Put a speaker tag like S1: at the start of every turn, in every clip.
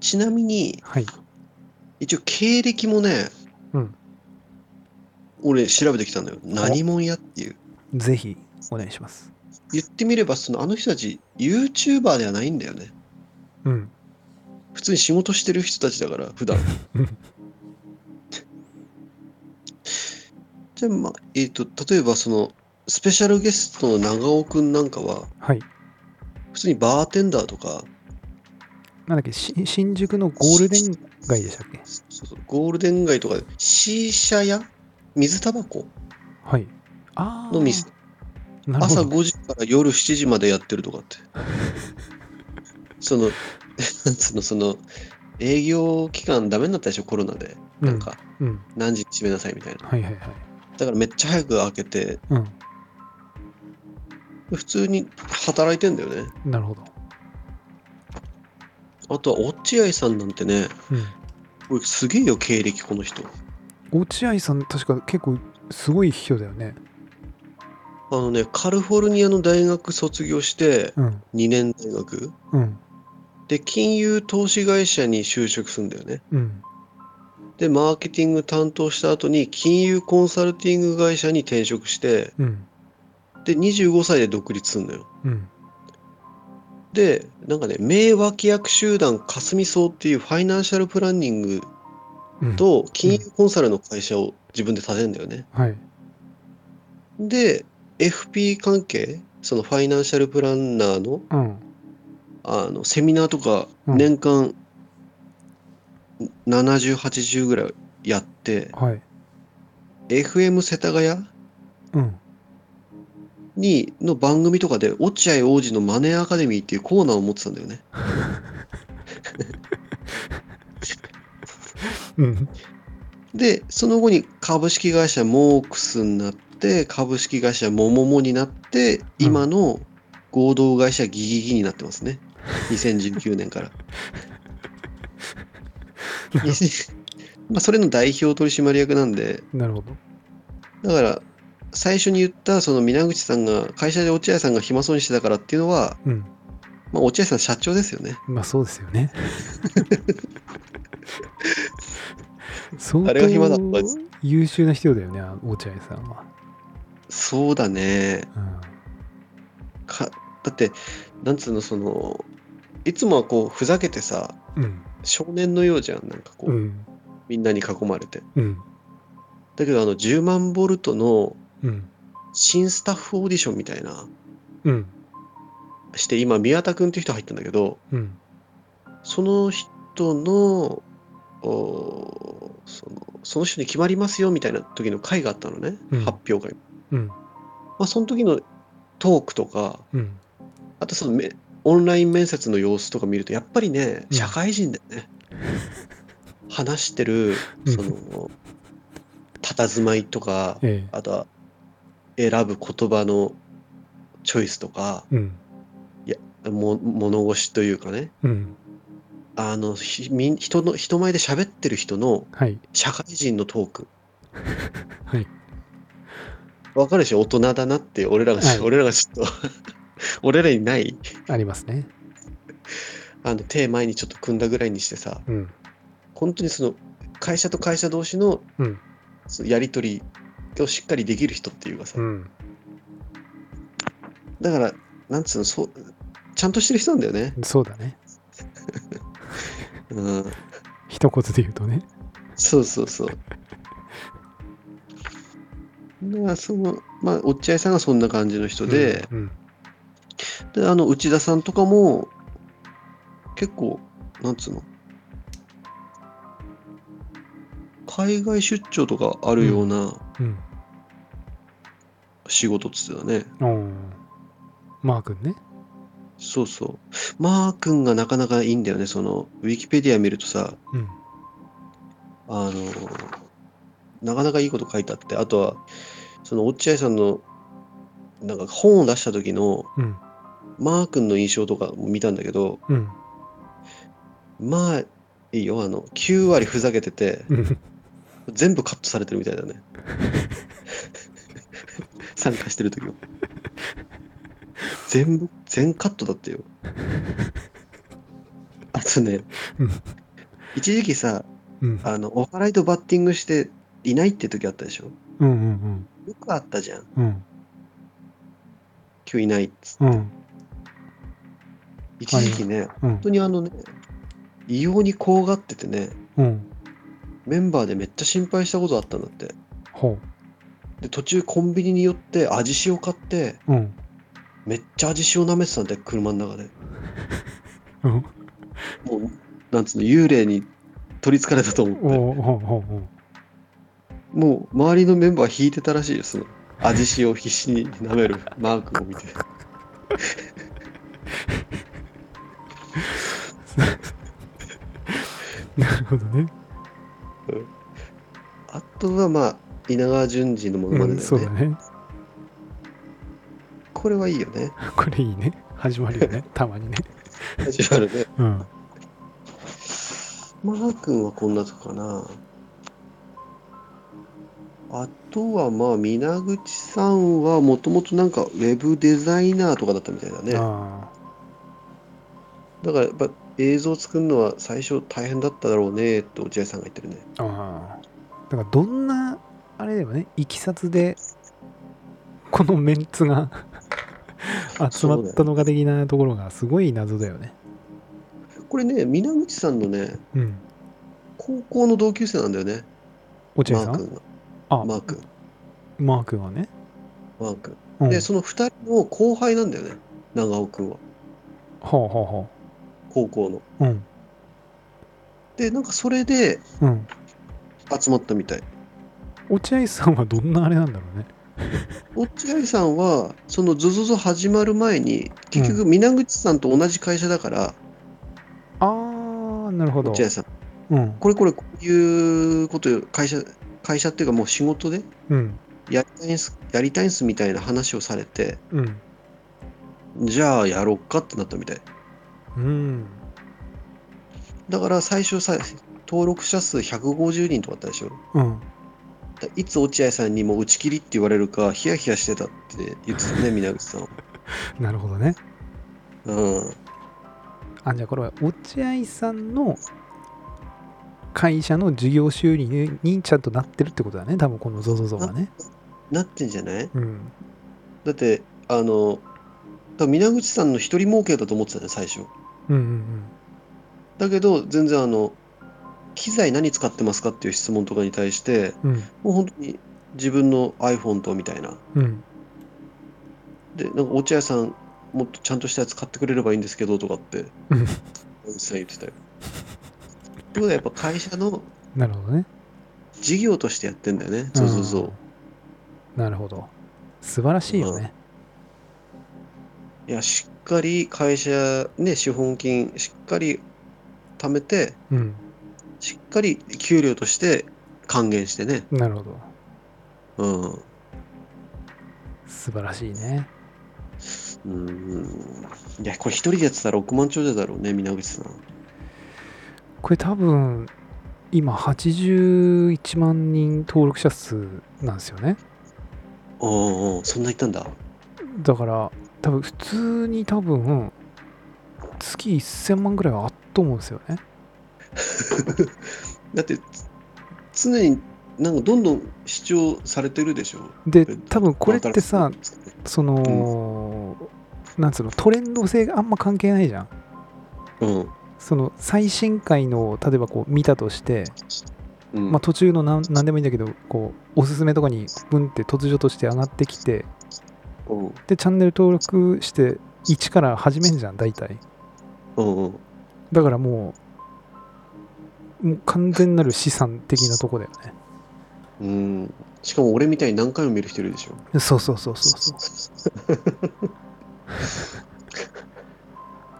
S1: ちなみに、
S2: はい。
S1: 一応経歴もね、
S2: うん
S1: 俺調べてきたんだよ。何者やっていう。
S2: ぜひ、お願いします。
S1: 言ってみれば、そのあの人たち YouTuber ではないんだよね。
S2: うん。
S1: 普通に仕事してる人たちだから、普 段
S2: うん。
S1: じゃあ、まあ、えっ、と、例えばその、スペシャルゲストの長尾くんなんかは、
S2: はい。
S1: 普通にバーテンダーとか、
S2: なんだっけ、し新宿のゴールデン街でしたっけ
S1: そうそうゴールデン街とかで、シーシャや水タバコ
S2: はい。ああ。
S1: の店、
S2: なるほ
S1: 朝
S2: ど。
S1: 5時から夜7時までやってるとかって。 その、 その、その、営業期間ダメになったでしょ、コロナで。
S2: うん
S1: なんか、
S2: うん。
S1: 何時に閉めなさいみたいな。
S2: はいはいはい。
S1: だからめっちゃ早く開けて、
S2: う
S1: 普通に働いてんだよね。
S2: ん。なるほど。
S1: あとは落合さんなんてね、
S2: う
S1: これすげえよ、経歴、この人。
S2: ん。落合さん、確か結構すごい人だよね。
S1: あのね、カリフォルニアの大学卒業して、
S2: うん。
S1: 2年大学。
S2: うん。
S1: で、金融投資会社に就職するんだよね。
S2: うん。
S1: で、マーケティング担当した後に、金融コンサルティング会社に転職して、
S2: うん。
S1: で、25歳で独立するのよ。
S2: うん。
S1: で、なんかね、名脇役集団霞荘っていうファイナンシャルプランニング
S2: うん、
S1: と金融コンサルの会社を自分で立てるんだよね。
S2: はい。
S1: で、FP 関係、そのファイナンシャルプランナーの
S2: うん。
S1: あのセミナーとか
S2: うん
S1: 年間70、80ぐらいやって、
S2: はい。
S1: FM 世田谷
S2: うん。
S1: にの番組とかで落合王子のマネーアカデミーっていうコーナーを持ってたんだよね。
S2: うん。
S1: で、その後に株式会社モークスになって、株式会社モモモになって、今の合同会社ギギギになってますね。2019年から。まあそれの代表取締役なんで、
S2: なるほど。
S1: だから最初に言ったその皆口さんが会社で落合さんが暇そうにしてたからっていうのは、
S2: うん。
S1: まあ、落合さん社長ですよね。
S2: まあそうですよ ね。相
S1: あれが暇だったんで
S2: 当
S1: す
S2: 優秀な人だよね、あの落合さんは。
S1: そうだね。
S2: うん
S1: かだってなんつうのそのいつもはこうふざけてさ
S2: うん。
S1: 少年のようじゃんなんかこう、
S2: うん。
S1: みんなに囲まれて
S2: うん。
S1: だけどあの10万ボルトの
S2: うん。
S1: 新スタッフオーディションみたいな
S2: うん。
S1: して今宮田君っていう人入ったんだけど
S2: うん。
S1: その人のおーそのその人に決まりますよみたいな時の会があったのね、
S2: うん
S1: 発表会、
S2: うん。
S1: まあ、その時のトークとか
S2: うん。
S1: あとそのめオンライン面接の様子とか見るとやっぱりね
S2: うん
S1: 社会人だよね、話してる
S2: うん
S1: その佇まいとか
S2: え
S1: あとは選ぶ言葉のチョイスとか
S2: え。うん。
S1: も物腰というかね
S2: うん。
S1: あのひみ人の人前で喋ってる人の
S2: はい。
S1: 社会人のトーク
S2: はい。
S1: わかるでしょ大人だなって俺らが、
S2: はい
S1: 俺らがちょっと 俺らにない
S2: ありますね。
S1: あの手前にちょっと組んだぐらいにしてさ
S2: うん。
S1: 本当にその会社と会社同士の
S2: うん
S1: そのやり取りをしっかりできる人っていうかさ、
S2: うん。
S1: だからなんつうのそうちゃんとしてる人なんだよね、
S2: そうだね。
S1: うん、
S2: 一言で言うとね。
S1: そうそうそうだからそのまあ落合さんがそんな感じの人で,、
S2: うん。
S1: であの内田さんとかも結構なんつうの海外出張とかあるような
S2: うん。
S1: 仕事っつってたね、
S2: うん。おーマー君ね。
S1: そうそう。マー君がなかなかいいんだよね。その、ウィキペディア見るとさ、
S2: うん。
S1: あの、なかなかいいこと書いてあって、あとは、その、落合さんの、なんか本を出した時の、
S2: うん。
S1: マー君の印象とかも見たんだけど、
S2: うん。
S1: まあ、いいよ、あの、9割ふざけてて、
S2: うん。
S1: 全部カットされてるみたいだね。 参加してる時も。全部、全カットだってよ。あととね
S2: うん、
S1: 一時期さ、
S2: うん。
S1: あの、お払いとバッティングしていないって時あったでしょ
S2: うんうん
S1: よくあったじゃん。
S2: うん。うん。
S1: 今日いないっつ
S2: うん。
S1: 一時期ね、
S2: うん
S1: 本当にあのね、異様に怖がっててね、
S2: うん。
S1: メンバーでめっちゃ心配したことあったんだって。
S2: ほ
S1: で、途中コンビニに寄って味塩買って、
S2: う。うん。
S1: めっちゃ味塩舐めてたんだよ、車の中で。
S2: うん。
S1: もう、なんつうの、幽霊に取り憑かれたと思って。
S2: おうほうほうほう。
S1: もう周りのメンバー引いてたらしいよ、その味塩を必死に舐 めるマークを見て。
S2: なるほどね。
S1: あとはまあ、稲川淳二のものま
S2: う
S1: ね
S2: ん、
S1: だ
S2: そ
S1: よ
S2: う
S1: ね、
S2: だね。
S1: これはいいよね。
S2: これいいね。始まるよね。たまにね。
S1: 始まる ね。
S2: うん。
S1: マー君はこんなとこかな。あとはまあ、皆口さんはもともとなんかウェブデザイナーとかだったみたいだね。
S2: あ
S1: だからやっぱ映像作るのは最初大変だっただろうねって落合さんが言ってるね。
S2: あ。ああ。だからどんな、あれでもね、いきさつで、このメンツが 集まったのか的なところがすごい謎だよね。
S1: これね、皆口さんのね、
S2: うん。
S1: 高校の同級生なんだよね。
S2: 落合
S1: マ
S2: さ
S1: ー
S2: ん
S1: 君が。
S2: あ、
S1: マー君。
S2: マー君はね。
S1: マー君。
S2: うん。
S1: で、その2人の後輩なんだよね。長尾君は。
S2: ほうほうほ
S1: 高校の。
S2: う。うん。
S1: で、なんかそれで
S2: うん。
S1: 集まったみたい。
S2: 落合さんはどんなあれなんだろうね。
S1: 落合さんは、その ZOZO 始まる前に、結局、皆口さんと同じ会社だから、
S2: あー、なるほど。
S1: 落合さん、
S2: うん。
S1: これこれ、こういうこと、会社、会社っていうか、もう仕事で
S2: うん。
S1: やりたいんす、やりたいんすみたいな話をされて、
S2: うん。
S1: じゃあやろうかってなったみたい。
S2: うん。
S1: だから最初さ、登録者数150人とかあったでしょ。
S2: うん。
S1: だいつ落合さんにも打ち切りって言われるか、ヒヤヒヤしてたって言ってたね、皆口さんは。
S2: なるほどね。
S1: うん。
S2: あ、じゃあこれは落合さんの会社の事業収入にちゃんとなってるってことだね。多分この ZOZO がね。
S1: なってんじゃない
S2: うん。
S1: だって、あの、多分皆口さんの一人儲けだと思ってたね、最初。
S2: うんうん
S1: だけど、全然あの、機材何使ってますかっていう質問とかに対して、
S2: うん。うん。
S1: もう本当に自分の iPhone とみたいな。
S2: うん。
S1: で、なんか落合さん、もっとちゃんとしたやつ買ってくれればいいんですけどとかって
S2: うん、
S1: おじさん言って たよ。ってことはやっぱ会社の
S2: なるほどね。
S1: 事業としてやってんだよね、そうそうそう。
S2: うん。なるほど。素晴らしいよね。
S1: いや、しっかり会社、ね、資本金、しっかり貯めて、
S2: うん。
S1: しっかり給料として還元してね。
S2: なるほど。
S1: うん。う
S2: 素晴らしいね。
S1: ーん。いや、これ一人でやってたら億万長者だろうね、皆口さん。
S2: これ多分、今81万人登録者数なんですよね。
S1: おうおうそんな言ったんだ。
S2: だから、多分普通に多分、月1000万ぐらいはあっと思うんですよね。
S1: だって、つ常になんかどんどん主張されてるでしょ。
S2: で、多分これってさ、
S1: 新しい
S2: その、なんつうの、トレンド性があんま関係ないじゃん。
S1: うん。
S2: その最新回の例えばこう見たとして、
S1: うん
S2: まあ、途中の何何でもいいんだけどこうおすすめとかにブンって突如として上がってきて
S1: うん
S2: でチャンネル登録して1から始めんじゃん大体
S1: うんうん。
S2: だからもうもう完全なる資産的なとこだよね
S1: うん。しかも俺みたいに何回も見る人いるでしょ。
S2: そうそうそうそうそう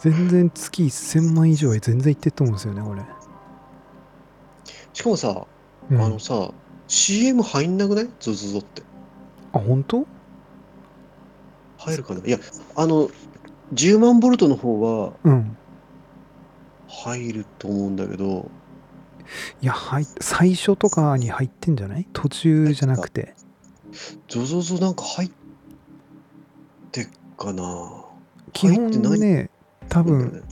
S2: 全然月1000万以上へ全然いってると思うんですよねこれ、
S1: しかもさ、
S2: うん、
S1: あのさ、CM 入んなくないゾゾゾって。
S2: あ本当
S1: 入るかないや、あの、10万ボルトの方は
S2: うん
S1: 入ると思うんだけど、
S2: いや入っ最初とかに入ってんじゃない途中じゃなくて
S1: ゾゾゾなんか入ってっかな。
S2: 基
S1: 入
S2: 本
S1: ってない
S2: ね多
S1: 多
S2: 分、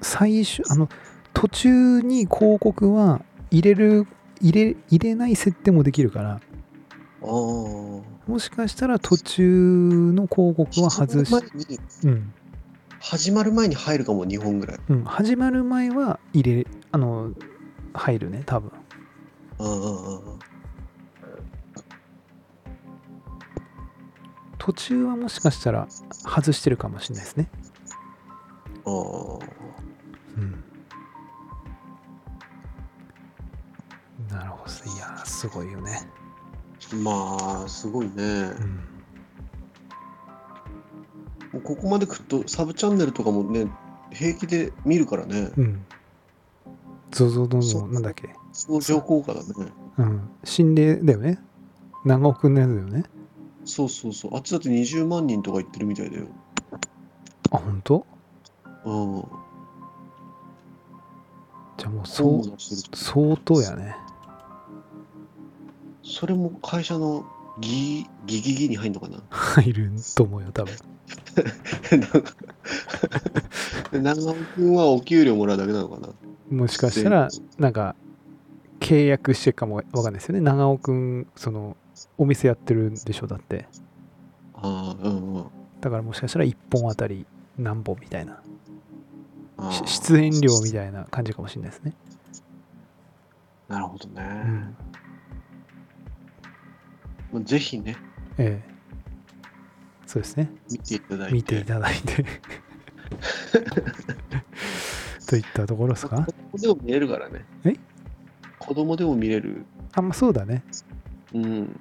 S2: 最初あの途中に広告は入れる入れ入れない設定もできるから
S1: あー
S2: もしかしたら途中の広告は外
S1: 始
S2: し
S1: まる前に
S2: うん
S1: 始まる前に入るかも2本ぐらい
S2: うん、始まる前は入れあの入るね多分
S1: あーあー
S2: 途中はもしかしたら外してるかもしれないですね、
S1: あーあー
S2: うん、なるほどいやーすごいよね、
S1: まあすごいね
S2: うん、
S1: もうここまでくっとサブチャンネルとかもね平気で見るからね
S2: うん、ゾゾゾ
S1: そ
S2: ゾ
S1: う
S2: なんだっけ、
S1: 相乗効果だね
S2: うん、心霊だよね長尾くんのやつだよね
S1: そうそうそうあっちだって20万人とか言ってるみたいだよ
S2: あ本当
S1: うん
S2: じゃあもうそ
S1: そううしてる
S2: 相当やね
S1: それも会社のギギギギに入んのかな
S2: 入ると思うよ多分
S1: なんか長尾君はお給料もらうだけなのかな
S2: もしかしたら
S1: 全
S2: なんか契約してるかもわかんないですよね長尾くんそのお店やってるんでしょだって
S1: ああうんうん
S2: だからもしかしたら1本あたり何本みたいな
S1: あ
S2: し
S1: ー
S2: 出演料みたいな感じかもしれないですね、
S1: なるほどね
S2: うん、
S1: まあぜひね
S2: ええそうですね
S1: 見ていただいて
S2: 見ていただい てといったところですか
S1: 子供でも見れるからね
S2: え
S1: 子供でも見れる
S2: あんまあそうだね
S1: うん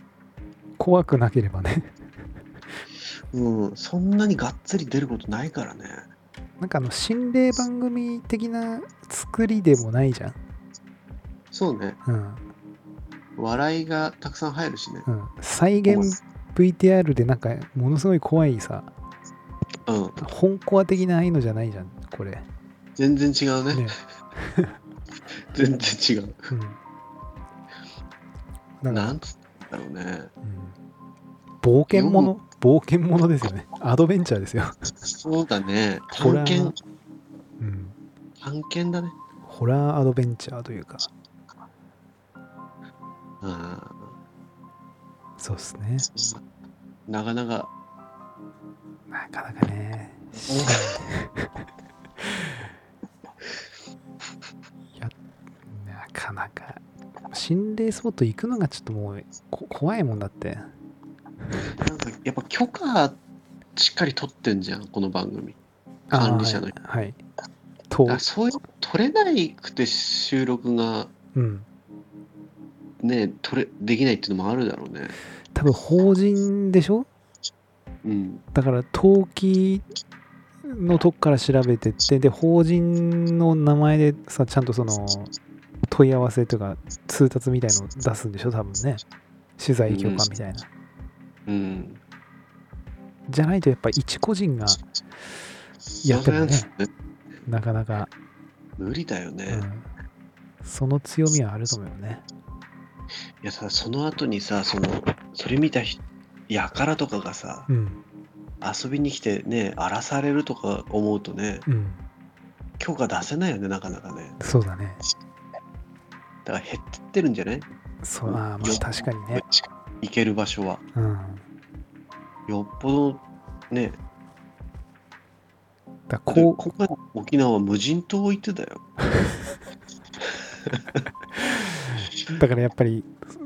S2: 怖くなければね
S1: うんそんなにがっつり出ることないからね
S2: なんかあの心霊番組的な作りでもないじゃん
S1: そうね
S2: うん
S1: 笑いがたくさん入るしね
S2: うん再現 VTR でなんかものすごい怖いさ
S1: うん
S2: 本コア的なああいうのじゃないじゃんこれ、ね
S1: 全然違うね 全然違う
S2: うん、なんか
S1: なんつったろうね
S2: うん冒険もの冒険ものですよねアドベンチャーですよ、
S1: そうだね
S2: ホ
S1: 探
S2: ラー
S1: 検
S2: うん、
S1: 探検だね
S2: ホラーアドベンチャーというか
S1: ああ
S2: そうですね
S1: なかなか
S2: なかなかねしい やなかなか心霊スポット行くのがちょっともうこ怖いもんだって
S1: なんかやっぱ許可しっかり取ってんじゃんこの番組
S2: あー
S1: 管理者の
S2: はい、はい、と
S1: だからそういう取れないくて収録が
S2: うん
S1: ね取れできないっていうのもあるだろうね
S2: 多分法人でしょ
S1: うん
S2: だから登記のとこから調べてってで法人の名前でさちゃんとその問い合わせというか通達みたいの出すんでしょ多分ね取材許可みたいな、
S1: うん
S2: じゃないとやっぱ一個人がやってもね
S1: それは
S2: なかなか、
S1: 無理だよ
S2: う
S1: ね、い
S2: ん、その強みはあると思うよね
S1: やさその後にさそのそれ見た人やからとかがさ
S2: うん
S1: 遊びに来てね荒らされるとか思うとね
S2: うん
S1: 許可出せないよねなかなかね
S2: そうだね
S1: だから減ってってるんじゃない、
S2: そうあーまあ確かにね
S1: 行ける場所は
S2: うん
S1: よっぽどね
S2: だから
S1: こ
S2: こ
S1: こまで沖縄は無人島行ってた よ
S2: うだからやっぱり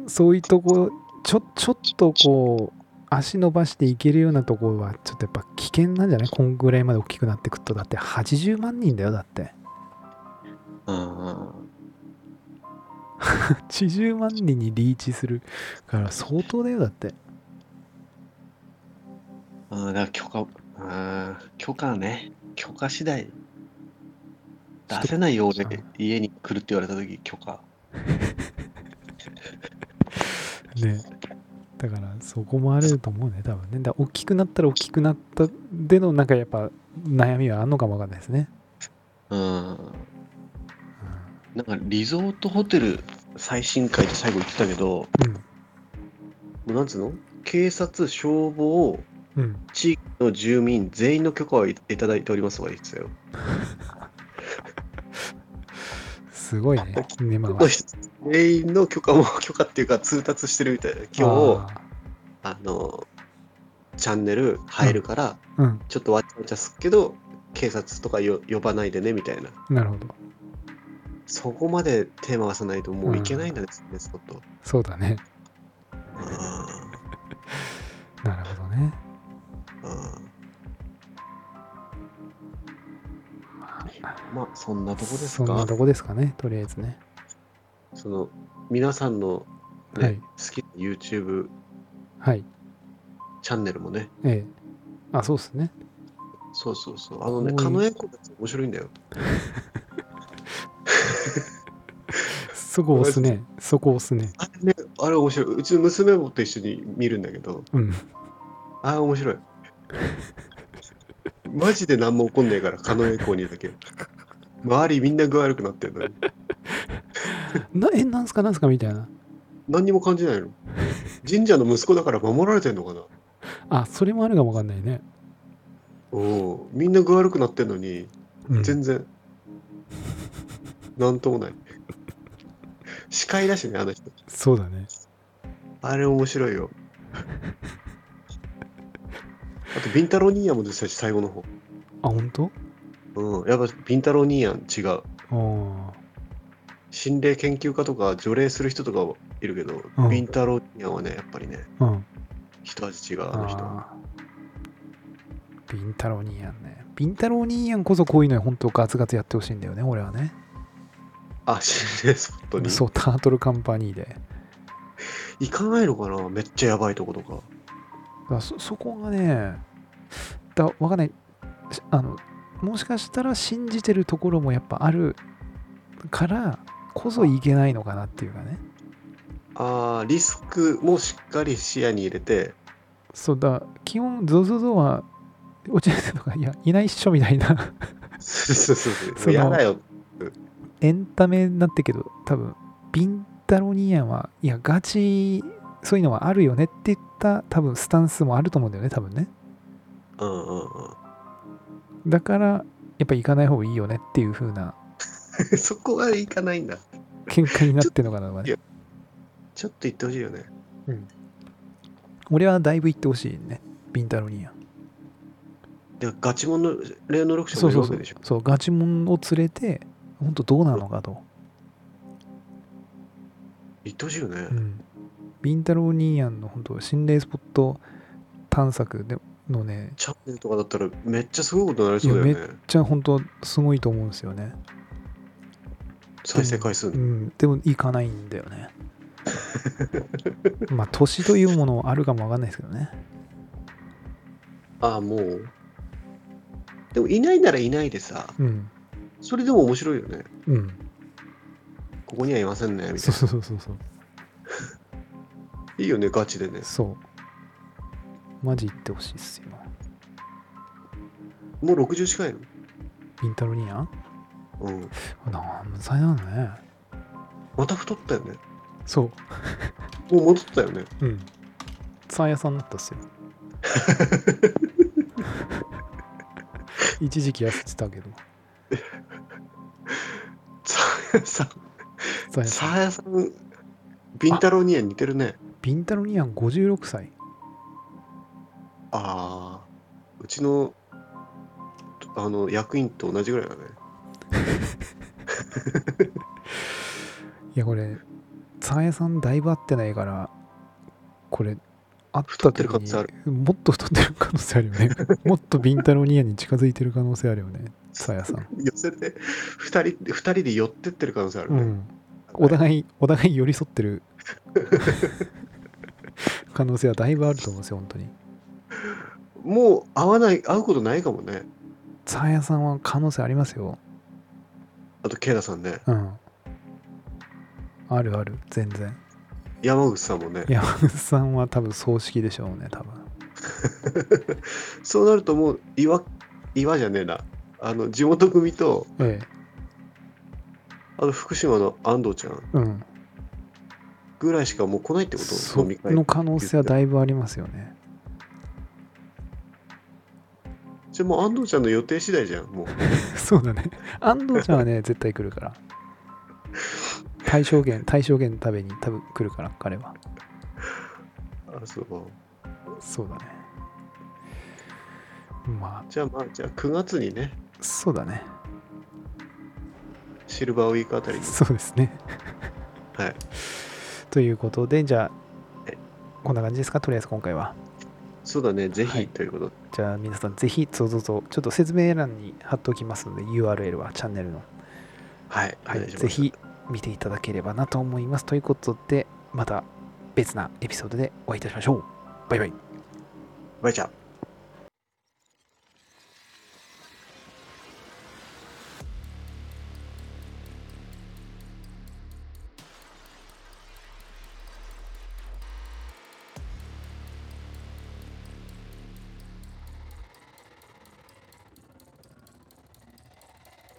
S2: そういうとこちょちょっとこう足伸ばしていけるようなところはちょっとやっぱ危険なんじゃないこんぐらいまで大きくなってくとだって80万人だよだって
S1: あ
S2: 80万人にリーチするから相当だよだって
S1: あだから許可あー許可ね許可次第出せないよ
S2: ちょ
S1: 俺
S2: っと
S1: 家に来るって言われた時許可
S2: ねだからそこもあると思うね多分ねだから大きくなったら大きくなったでのなんかやっぱ悩みはあんのかもわかんないですね、
S1: うん
S2: うん
S1: なんかリゾートホテル最新回で最後言ってたけど、もうなんつうの警察、消防、
S2: うんうん
S1: 地域の住民全員の許可をいただいておりますとか言ってたよ。
S2: すごいね、根回
S1: この
S2: り。
S1: 人全員の許可も許可っていうか通達してるみたいで今日
S2: あ
S1: あのチャンネル入るから、
S2: ーうん、
S1: ちょっとわちゃわちゃすっけど警察とかよ呼ばないでねみたいな
S2: なるほど。
S1: そこまで手回さないともういけないんだね、スポット
S2: そうだね。
S1: あ
S2: なるほどね。
S1: ーあーまあそんなとこです
S2: そんな
S1: か
S2: とこですかね、とりあえずね。
S1: その皆さんの、ね
S2: はい
S1: 好きな YouTube
S2: はい。
S1: チャンネルもね
S2: ええ。あ、そうっ すね。
S1: そうそうそうあのね
S2: 多い
S1: 狩野英孝のやつ面白いんだよ
S2: そこ押すね。そこ押すね。
S1: あれねあれ面白いうちの娘もと一緒に見るんだけど
S2: うん。
S1: ああ面白い マジで何も起こんねえから狩野英孝にだけ周りみんな具合悪くなってんのに
S2: なえ、なんすかなんすかみたいな。
S1: 何にも感じないの神社の息子だから守られてんのかな
S2: あ、それもあるかもわかんないね。
S1: おおみんな具悪くなってんのに
S2: うん、
S1: 全然、なんともない司会だしねあの人
S2: そうだね。
S1: あれ面白いよあとビンタロウ兄やんも出てたし最後の方
S2: あ、本当？
S1: うんやっぱビンタロウ兄やん違う
S2: あ
S1: 心霊研究家とか除霊する人とかいるけど、
S2: うん
S1: ビンタロウ兄やんはねやっぱりね
S2: あ。うん。
S1: 一味違うあの人
S2: あービンタロウ兄やんね。ビンタロウ兄やんこそこういうの本当ガツガツやってほしいんだよね、俺はね。
S1: あ心霊スポットに
S2: そう、タートルカンパニーで。
S1: 行かないのかなめっちゃやばいとことか
S2: だからそそこがねだわかんないしあのもしかしたら信じてるところもやっぱあるからこそいけないのかなっていうかね
S1: ああリスクもしっかり視野に入れて
S2: そうだ基本ゾゾゾは落ちてるとかいやいないっしょみたいな
S1: そうそうそうそう
S2: その
S1: やだよ
S2: エンタメになってるけど多分ビンタロニアンはいやガチそういうのはあるよねって言った多分スタンスもあると思うんだよね多分ね
S1: うんうん う
S2: だからやっぱ行かない方がいいよねっていう風なん
S1: そこはいかないんだ
S2: 喧嘩になってるのかなとかね
S1: いやちょっと言ってほしいよね
S2: 俺はだいぶ行ってほしいねビンタロニアン
S1: でガチモンの霊能力者
S2: そ
S1: も
S2: う
S1: いる
S2: そ
S1: わ
S2: うそ
S1: け
S2: う
S1: でしょ
S2: そうガチモンを連れて本当どうなのかと、
S1: 言ってほしいよね、
S2: うん、ビンタロニアンの本当心霊スポット探索でのね
S1: チャンネルとかだったらめっちゃすごいことになりそうだよ
S2: いや
S1: ね
S2: めじゃあ本当すごいと思うんですよね、
S1: 再生回数、
S2: うん、でも行かないんだよ ねまあ年というものはあるかもわかんないですけどね
S1: ああもうでもいないならいないでさ
S2: うん
S1: それでも面白いよね
S2: うん
S1: ここにはいませんねみた
S2: そ
S1: いう
S2: そうそうそうそう
S1: ないいよねガチでね
S2: そうマジ行ってほしいっすよ
S1: もう60近いの
S2: ビンタロニアン
S1: うん
S2: なあむさいなのね
S1: また太ったよね
S2: そう
S1: もう戻ったよね
S2: うん。サーヤさんだった っすよ。一時期痩せてたけど、
S1: さあやさん
S2: サ
S1: さ
S2: ーヤさん。
S1: あやさん、ビンタロウには似てるね。
S2: ビンタロニアン56歳。
S1: ああ、うちのあの役員と同じぐらいだね。
S2: いや、これ、サーヤさんだいぶ合ってないから、これ、会った時
S1: 太ってる可能性あ
S2: に、もっと太ってる可能性ある よね。もっとビンタロニアンに近づいてる可能性あるよね、サーヤさん。
S1: 寄せて、二人二人で寄ってってる可能性ある
S2: う
S1: ね。
S2: ん。お
S1: い。
S2: 互い、お互い寄り添っ てる可能性はだいぶあると思うんですよ、本当に。
S1: もう会わない、会うことないかもね。
S2: サーヤさんは可能性ありますよ。
S1: あと、ケイダさんね。
S2: うん。あるある、全然。
S1: 山口さんもね。
S2: 山口さんは多分葬式でしょうね、多分。
S1: そうなるともう岩、岩じゃねえな。あの、地元組と、
S2: ええ。
S1: あの、福島の安藤ちゃん
S2: うん。
S1: ぐらいしかもう来ないってこと
S2: そ
S1: 飲み会
S2: の可能性はだいぶありますよね。
S1: じゃあもう安藤ちゃんの予定次第じゃん、もう。
S2: そうだね。安藤ちゃんはね、絶対来るから。対象源、対象源食べに多分来るから、彼は。
S1: あそう
S2: そうだね。ま
S1: じゃあまあじゃあ9月にね
S2: あ、そうだね。
S1: シルバーウィークあたりに
S2: そうですね。
S1: はい
S2: ということで、じゃ
S1: え
S2: あ、こんな感じですか、とりあえず今回は。
S1: そうだねぜひ、
S2: はい
S1: ということで
S2: じゃあ、皆さん、ぜひ、そうぞぞ、ちょっと説明欄に貼っておきますので、URL はチャンネルの。
S1: はい、お
S2: は
S1: 願
S2: い、
S1: します
S2: ぜひ見ていただければなと思います。ということで、また別なエピソードでお会いいたしましょう。バイバイ。
S1: バイチャー